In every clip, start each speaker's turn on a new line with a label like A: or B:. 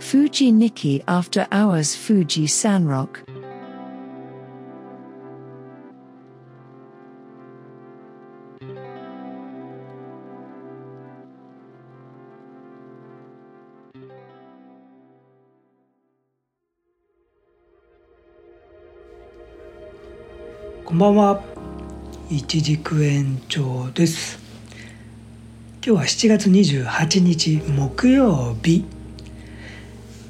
A: Fuji Nikki After Hours Fuji Sanrock.
B: 「こんばんは一軸園長です」今日は7月28日木曜日、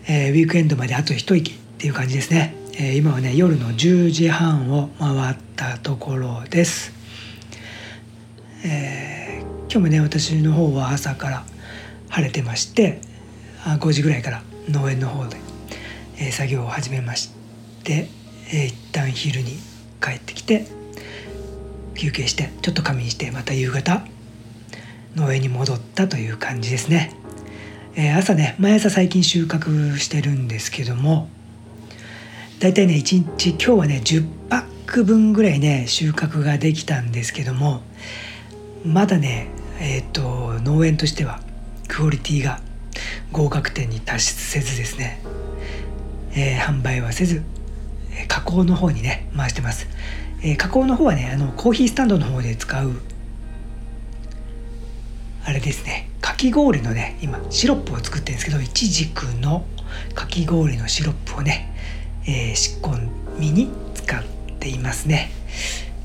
B: えーウィークエンドまであと一息っていう感じですね、えー今はね夜の10時半を回ったところです、えー今日もね私の方は朝から晴れてましてあ5時ぐらいから農園の方で、えー作業を始めまして、えー一旦昼に帰ってきて休憩してちょっと仮眠してまた夕方農園に戻ったという感じですね、えー朝ね毎朝最近収穫してるんですけどもだいたいね1日今日はね10パック分ぐらいね収穫ができたんですけどもまだねえっ、と農園としてはクオリティが合格点に達せずですね、えー販売はせずえー加工の方にね回してます、えー加工の方はねあのコーヒースタンドの方で使うあれですねかき氷のね今シロップを作ってるんですけどいちじくのかき氷のシロップをね、えー仕込みに使っていますね、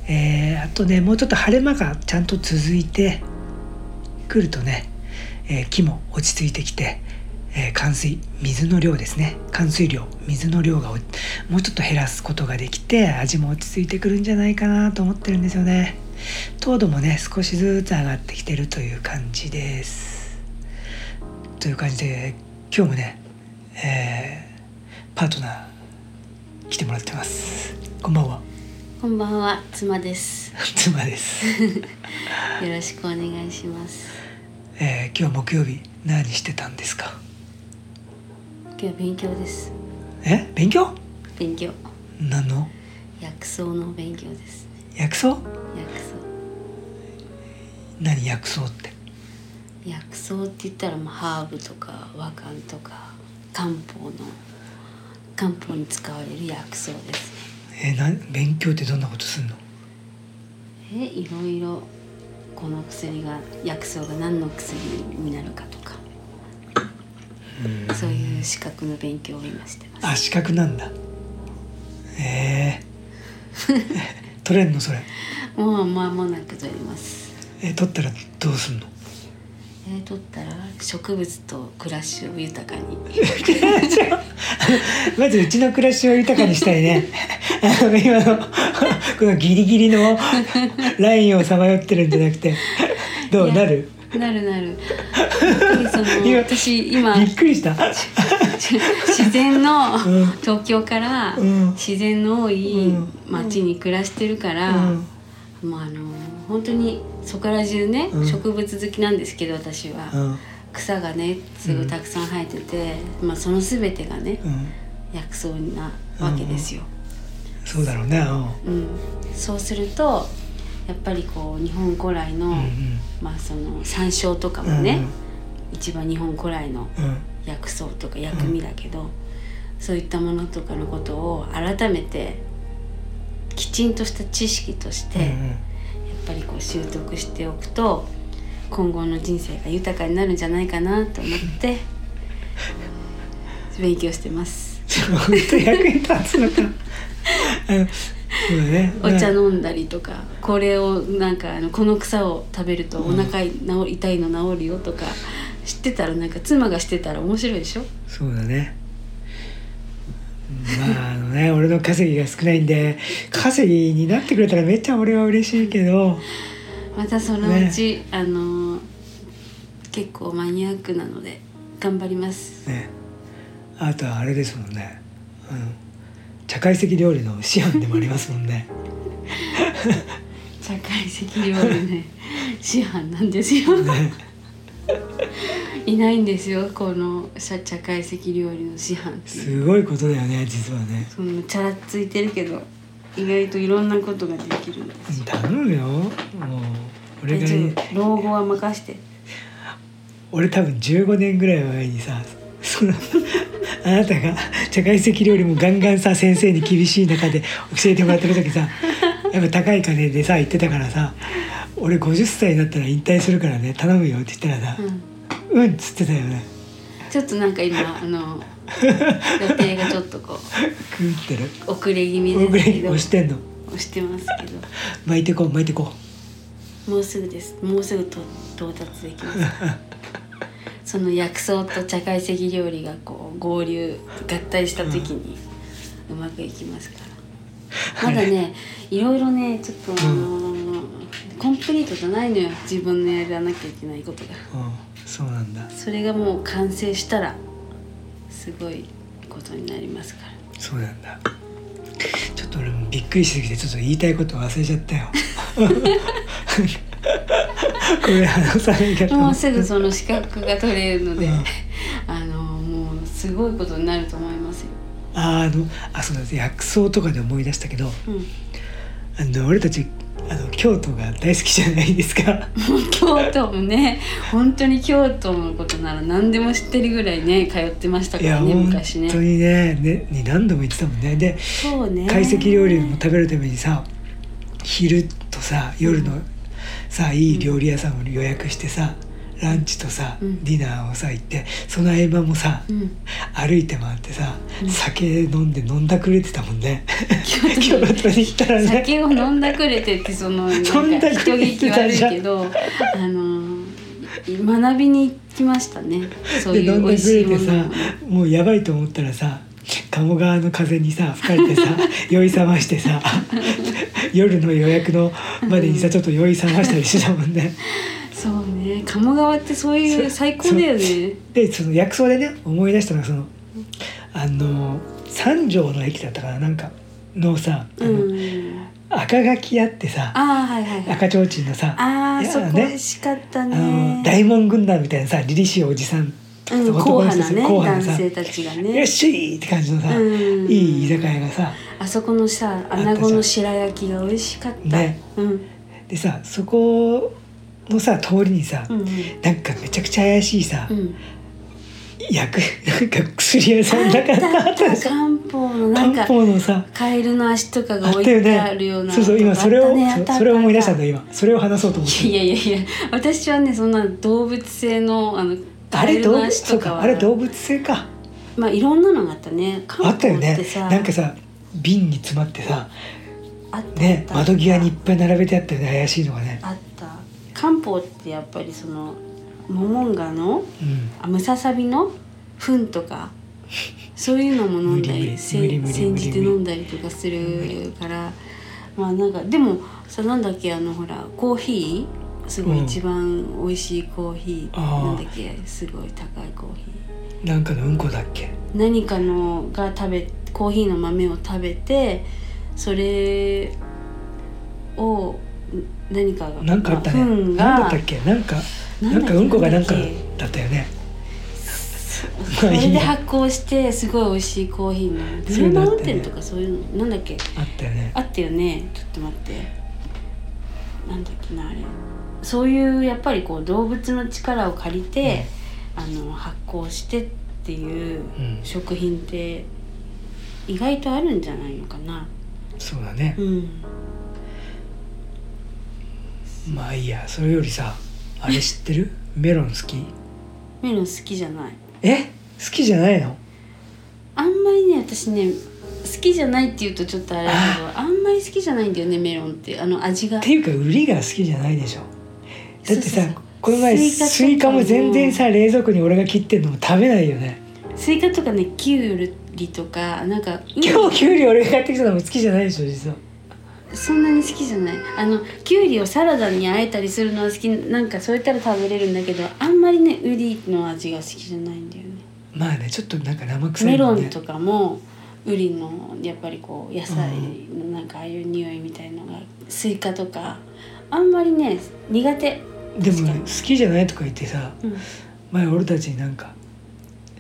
B: えーあとねもうちょっと晴れ間がちゃんと続いてくるとね、えー木も落ち着いてきて、えー冠水水の量ですね冠水量水の量がおもうちょっと減らすことができて味も落ち着いてくるんじゃないかなと思ってるんですよね糖度もね少しずつ上がってきてるという感じですという感じで今日もね、えーパートナー来てもらってますこんばんは
C: こんばんは、妻です。
B: 妻です、
C: よろしくお願いします。
B: えー今日木曜日何してたんですか
C: 今日は勉強です。
B: え勉強
C: 勉強。
B: 何の
C: 薬草の勉強です。
B: 薬草
C: 薬草。
B: 何薬草って
C: 薬草って言ったら、まあ、ハーブとか和漢とか漢方の漢方に使われる薬草です
B: えーなん勉強ってどんなことすんの
C: ね。え、いろいろこの薬が薬草が何の薬になるかとか、そういう資格の勉強を今してます。
B: あ資格なんだえー、 取れんのそれ、
C: もう間もなくとります。
B: えー取ったらどうすんの
C: えー、取ったら植物と暮らしを豊かに。
B: まずうちの暮らしを豊かにしたいね あの今の このギリギリの ラインをさまよってるんじゃなくてどう
C: い
B: な
C: や
B: る
C: な るなる。やっぱりその
B: 今
C: 私今
B: びっくりした
C: 自然の
B: うん
C: 東京から
B: うん
C: 自然の多い
B: うん
C: 町に暮らしてるから、
B: うん
C: もうあの本当にそこら中ね、
B: うん
C: 植物好きなんですけど私は、
B: うん
C: 草がねすごいたくさん生えてて、まあその全てがね
B: うん
C: 薬草なわけですよ。
B: そうだろうねう
C: うん、そうするとやっぱりこう日本古来
B: ん
C: の、
B: うん
C: まあその山椒とか
B: うんう
C: も
B: ん
C: ね、一番日本古来の
B: うん
C: 薬草とか薬味だけど、そういったものとかのことを改めてきちんとした知識として、
B: うん
C: やっぱりこう習得しておくと今後の人生が豊かになるんじゃないかなと 思って勉強してます。
B: 本当に役に立つのかうんそうだね
C: お茶飲んだりとかこれをなんかあのこの草を食べるとお腹い治り痛いの治るよとか知ってたらなんか妻がしてたら面白いでしょ
B: そうだね。まああのね俺の稼ぎが少ないんで稼ぎになってくれたらめっちゃ俺は嬉しいけど
C: またそのうち、あのー結構マニアックなので頑張ります
B: ねあとはあれですもんね、うん、茶会席料理の師範でもありますもん ね
C: 茶会席料理 ね師範なんですよ
B: ね
C: いないんですよこの茶茶会席料理の師範っていう
B: すごいことだよね実はね
C: そのチャラついてるけど意外といろんなことができるんですよ
B: 頼むよもう俺
C: 大
B: が
C: 丈夫老後は任して
B: 俺多分15年ぐらい前にさその あなたが茶会席料理もガンガンさ先生に厳しい中で教えてもらってる時さやっぱ高い金でさ言ってたからさ「俺50歳になったら引退するからね頼むよ」って言ったらさ
C: うん
B: 「うん」っつってたよね
C: ちょっとなんか今あの予定がちょっとこ
B: 食ってる
C: う遅れ気味
B: 大
C: で
B: ぐら
C: すけ
B: い
C: ど
B: 押してんの
C: 押してますけど
B: 巻いてこう巻いてこ
C: もうすぐですもうすぐと到達で きますその薬草と茶会席料理がこう合流合体した時にうまくいきますから、まだ ねいろいろねちょっと、あのーコンプリートじゃないのよ自分のやらなきゃいけないことが
B: う、うん、そうなんだ
C: それがもう完成したらすごいことになりますから
B: そうなんだちょっと俺もびっくりしすぎてちょっと言いたいこと忘れちゃったよこれ話さないかと
C: も
B: 思
C: う
B: って
C: すぐその資格が取れるので、
B: うん
C: あのもうすごいことになると思いますよ。
B: あーあのあそうだ薬草とかで思い出したけど
C: うん、
B: あの俺たちあの京都が大好きじゃないですか
C: 京都もね本当に京都のことなら何でも知ってるぐらいね通ってました
B: い
C: か
B: や
C: らね
B: 本
C: 昔
B: 当
C: ね。
B: にねねに何度も言ってたもんねで
C: そうね。
B: 懐石料理も食べるためにさ昼とさ夜のさいい料理屋さんを予約してさランチとさ、
C: うん
B: ディナーをさ行ってその合間もさ、
C: うん、
B: 歩いて回ってさ、
C: うん
B: 酒飲んで飲んだくれてたもん ね京
C: 京都に
B: 都に行ったらね
C: 酒を飲んだくれてってそのなんか
B: 飲んだく
C: 人
B: れ
C: 聞き
B: てた
C: 悪い
B: じゃん
C: けどあの学びに行きましたねそう
B: で
C: い
B: 飲
C: うん美
B: でく
C: 味し
B: れ
C: いも
B: て
C: の
B: さ
C: を
B: もうやばいと思ったらさ鴨川の風にさ吹かれて さ酔い覚ましてさ夜の予約のまでにさちょっと酔い覚ましたりしてたもんね。
C: そうね鴨川ってそういう最高だよね。
B: でその薬草でね思い出したのがそのあの三条の駅だったかななんかのさ、あの
C: うん、
B: 赤垣屋ってさ
C: ああはいはいはい。
B: 赤ちょうちんのさ
C: あ
B: い
C: あ
B: や
C: そこ
B: ね
C: 美味しかった
B: あの
C: ね。
B: 大門軍団みたいなさ凛々しいおじさんと
C: うん、硬
B: 男の人た
C: 派な
B: ち
C: ね
B: 硬派
C: 男
B: なさ「
C: 性
B: よ
C: たちが
B: っ
C: ね
B: しー!」って感じのさ、
C: うん
B: いい居酒屋がさ
C: あそこのさ穴子の白焼きが美味しかった、
B: ね
C: うん
B: でさそこのさ通りにさ、
C: うん
B: なんかめちゃくちゃ怪しいさ、
C: うん
B: 薬なんか薬屋さんなかった
C: あ
B: あ
C: っ
B: った
C: た
B: で
C: あ
B: し
C: った
B: ょ
C: 漢方のなん
B: 漢
C: か
B: 方のさ
C: カエルの足とかが
B: あ
C: 置
B: っ
C: い
B: たよ
C: てあるよう
B: ね
C: な
B: そうそう
C: とこ
B: 今それ
C: あっ
B: を、
C: たねあっ
B: そう
C: た
B: それを思い出したん
C: あ
B: だ
C: っ
B: 今それを話そうと思って
C: いやいやいや私はねそんな動物性のあの
B: あ
C: カエ
B: れ
C: ル
B: 動
C: の
B: 物
C: 足
B: そ
C: と
B: う
C: か
B: か
C: は
B: あれ動物性か
C: まあいろんなのがあったね
B: あ
C: 漢
B: った
C: 方
B: よ
C: っ
B: ね
C: てさ
B: なんかさ瓶に詰まってさ
C: あった
B: ね
C: あった
B: 窓際にいっぱい並べてあったよね怪しいのがね
C: あった漢方ってやっぱりそのモモンガの
B: うん
C: あムササビの糞とかそういうのも飲んだ
B: 無理無
C: り
B: 理
C: せ
B: 無理無理
C: 煎じて
B: 無理無理
C: 飲んだりとかするからまあなんかでもさなんだっけあのほらコーヒーすご
B: う
C: い
B: ん
C: 一番美味しいコーヒー、
B: あー
C: なんだっけすごい高いコーヒ
B: なんかのうんこだっけ
C: ー何かのが食べコーヒーの豆を食べてそれを何かが
B: なんかあったね
C: ま
B: な
C: 糞が
B: んだったっけなんかなんかうんこがなんかだったよね
C: それで発酵してすごい美味しいコーヒーのブ
B: そうい
C: ル
B: う
C: ー
B: のあ
C: マ
B: ったよね
C: ウンテンとかそういうのなんだっけ
B: あったよね
C: あったよねちょっと待ってなんだっけなあれそういうやっぱりこう動物の力を借りて、あの発酵してっていう
B: うん
C: 食品って意外とあるんじゃないのかな
B: そうだね
C: うん
B: まあいいやそれよりさあれ知ってるメロン好き
C: メロン好きじゃない
B: え好きじゃないの
C: あんまりね私ね好きじゃないっていうとちょっとあれだけどあんまり好きじゃないんだよねメロンってあの味が
B: っていうか売りが好きじゃないでしょだってさ
C: そうそうそう
B: この前
C: スイカと
B: ス
C: か
B: イカも全然さ冷蔵庫に俺が切ってんのも食べないよね
C: スイカとかねキュウリとかなんかうん
B: 今日キュウリ俺が買ってきたのも好きじゃないでしょ実は
C: そんなに好きじゃないあのキュウリをサラダにあえたりするのは好きなんかそういったら食べれるんだけどあんまりねウリの味が好きじゃないんだよね
B: まあねちょっとなんか生臭い
C: メ
B: もん
C: ロ
B: ね
C: ンとかもウリのやっぱりこう野菜のなんかああいう匂いみたいのがスイカとかあんまりね苦手
B: でも、
C: 確か
B: ね、
C: に
B: 好きじゃないとか言ってさ
C: うん
B: 前俺たちになんか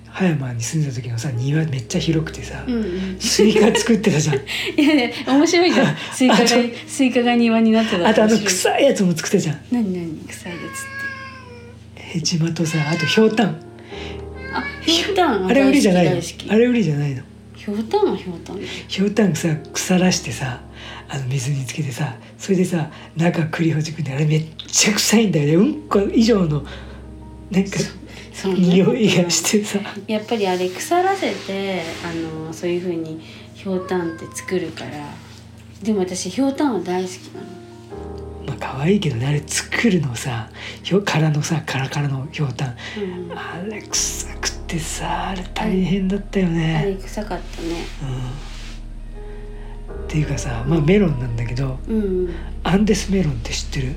B: 葉山に住んでた時のさ庭めっちゃ広くてさ、
C: うんうん
B: スイカ作ってた じゃん
C: いやいや面白いじゃんスイカが
B: あちょ
C: スイカが庭になってたら
B: あとあの
C: 面白い
B: 臭いやつも作ってたじゃん
C: 何何臭いやつって
B: ヘチマとさあとひょうたん
C: あひょうたんは
B: あれ売りじゃないの
C: 大好き
B: あれ売りじゃないの
C: ひょうたんはひょうたんだよ
B: ひょうたんさ腐らしてさあの水につけてさそれでさ中栗ほじくんであれめっちゃ臭いんだよねうんこ以上のなんか
C: そんな
B: 匂いがしてさ
C: やっぱりあれ腐らせてあのそういう風にひょうたんって作るからでも私ひょうたんは大好きなの
B: まあ可愛いけどねあれ作るのさひょ殻のさカラカラのひょうたん
C: うん、あ
B: あれ臭くてさあれ大変だったよ
C: れ
B: ね、
C: 臭かったね
B: うん、っていうかさまあメロンなんだけど
C: うんうん
B: アンデスメロンって知ってる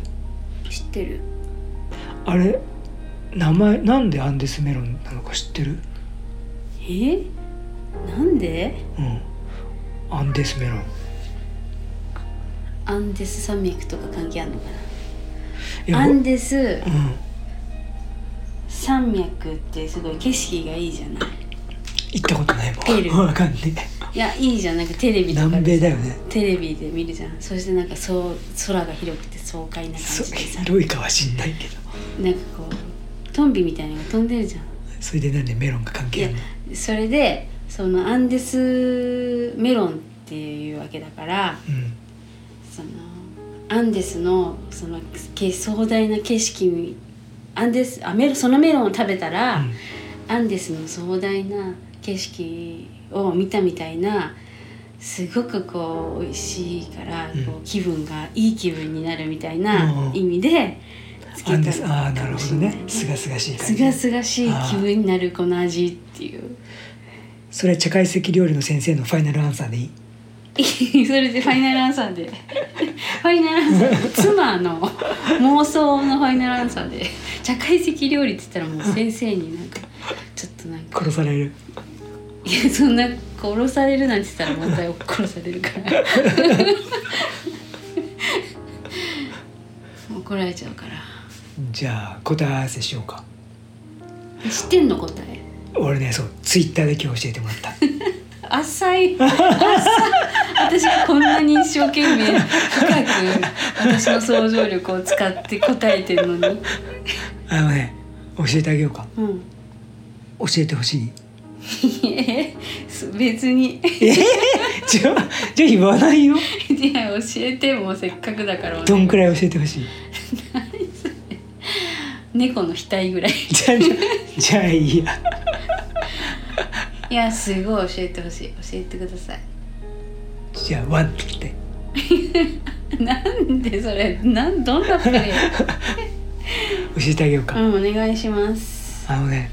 C: 知ってる
B: あれ名前なんでアンデスメロンなのか知ってる
C: えなんで
B: うんアンデスメロン
C: アンデス山脈とか関係あるのか
B: いや
C: なアンデス
B: うん
C: 山脈ってすごい景色がいいじゃない
B: 行ったことないも
C: ペルー
B: んわかんね
C: いやいいじゃんなんかテレ
B: え
C: ビとか
B: 南米
C: でさ
B: だよね
C: テレビで見るじゃんそしてなんかそう空が広くて爽快な感
B: そ
C: じでさ
B: 広いかは知んないけど
C: なんかこうトンビみたいなのが飛んでるじゃん
B: それでなんでメロンが関係あるの
C: それでそのアンデスメロンっていうわけだから
B: うん
C: そのアンデスのそのけ壮大な景色にアンデスあメロそのメロンを食べたら、
B: うん
C: アンデスの壮大な景色を見たみたいなすごくこう美味しいから、
B: うん
C: こう気分がいい気分になるみたいな
B: うん
C: 意味でつ
B: ア
C: け
B: ンデスあ
C: た
B: あ
C: の
B: な
C: か
B: るほ
C: もし
B: ど
C: れない
B: ねすがすがしい
C: す
B: 感
C: が
B: じ
C: すがしい気分になるこの味っていう
B: それ茶会席料理の先生のファイナルアンサーでいい
C: それでファイナルアンサーでファイナルアンサーで妻の妄想のファイナルアンサーで茶会席料理って言ったらもう先生になんかちょっとなんか
B: 殺される
C: いやそんな殺されるなんて言ったらまた殺されるから怒られちゃうから
B: じゃあ答え合わせしようか
C: 知ってんの答え
B: 俺ねそうツイッターで今日教えてもらった
C: 浅い浅い私がこんなに一生懸命深く私の想像力を使って答えてるのに
B: あのね教えてあげようか
C: うん
B: 教えてほしい
C: いえ別に
B: ええじゃあじゃあ言わないよ
C: いや教えてもせっかくだから
B: どんくらい教えてほしい
C: 猫の額ぐらい
B: じゃあじゃあいいや
C: いやすごい教えてほしい教えてください
B: じゃあワンって言って
C: なんでそれなんどんなプレー
B: 教えてあげようか、
C: うんお願いします
B: あのね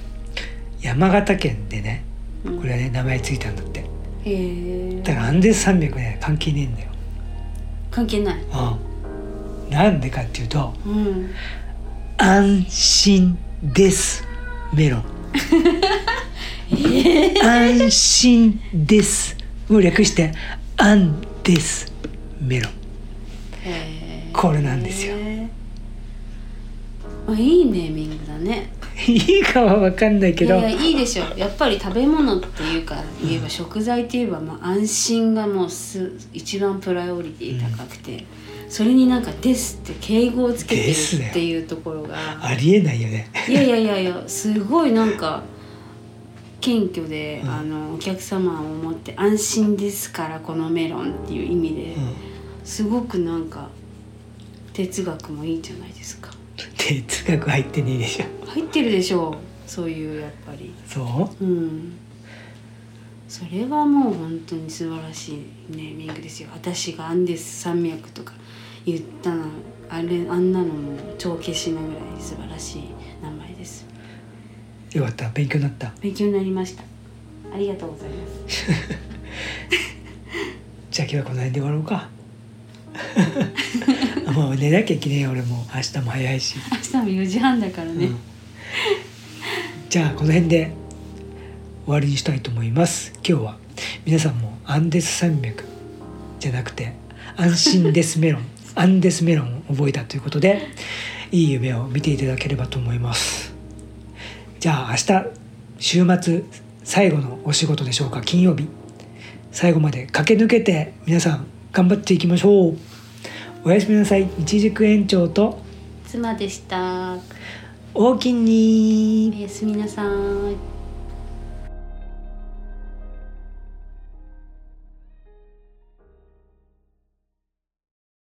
B: 山形県でね
C: うん
B: これはね名前ついたんだって
C: へえ
B: だからアンデス山脈ね関係ねえんだよ、
C: 関係ない
B: うん、なんでかっていうと
C: うん
B: 安心ですメロ ン安心ですを略してアンデスメロン
C: へー
B: これなんですよ
C: あいいネーミングだね
B: いいかは分かんないけど
C: いやいやいいでしょやっぱり食べ物っていうか言えば食材って言えば、まあ、安心がもうす一番プライオリティ高くて、それになんか「です」って敬語をつけてる
B: ですだよ
C: っていうところが
B: ありえないよね
C: いやいやいやいやすごいなんか謙虚で、
B: うん
C: あのお客様を思って安心ですからこのメロンっていう意味で、
B: うん
C: すごくなんか哲学もいいじゃないですか
B: 哲学入ってねえでしょ
C: 入ってるでしょうそういうやっぱり
B: そう
C: うんそれはもう本当に素晴らしいネーミングですよ私がアンデス山脈とか言ったのあれあんなのも帳消しなぐらい素晴らしい名前です
B: よかった勉強になった
C: 勉強になりましたありがとうございます
B: じゃあ今日はこの辺で終わろうか もう寝なきゃいけねえよ俺も明日も早いし、
C: 明日も4時半だから
B: う
C: ね、
B: んじゃあこの辺で終わりにしたいと思います今日は皆さんもアンデス山脈じゃなくて安心デスメロンアンデスメロンを覚えたということでいい夢を見ていただければと思いますじゃあ明日週末最後のお仕事でしょうか金曜日最後まで駆け抜けて皆さん頑張っていきましょうおやすみなさい一軸園長と
C: 妻でしたお
B: 大金に
C: やすみなさい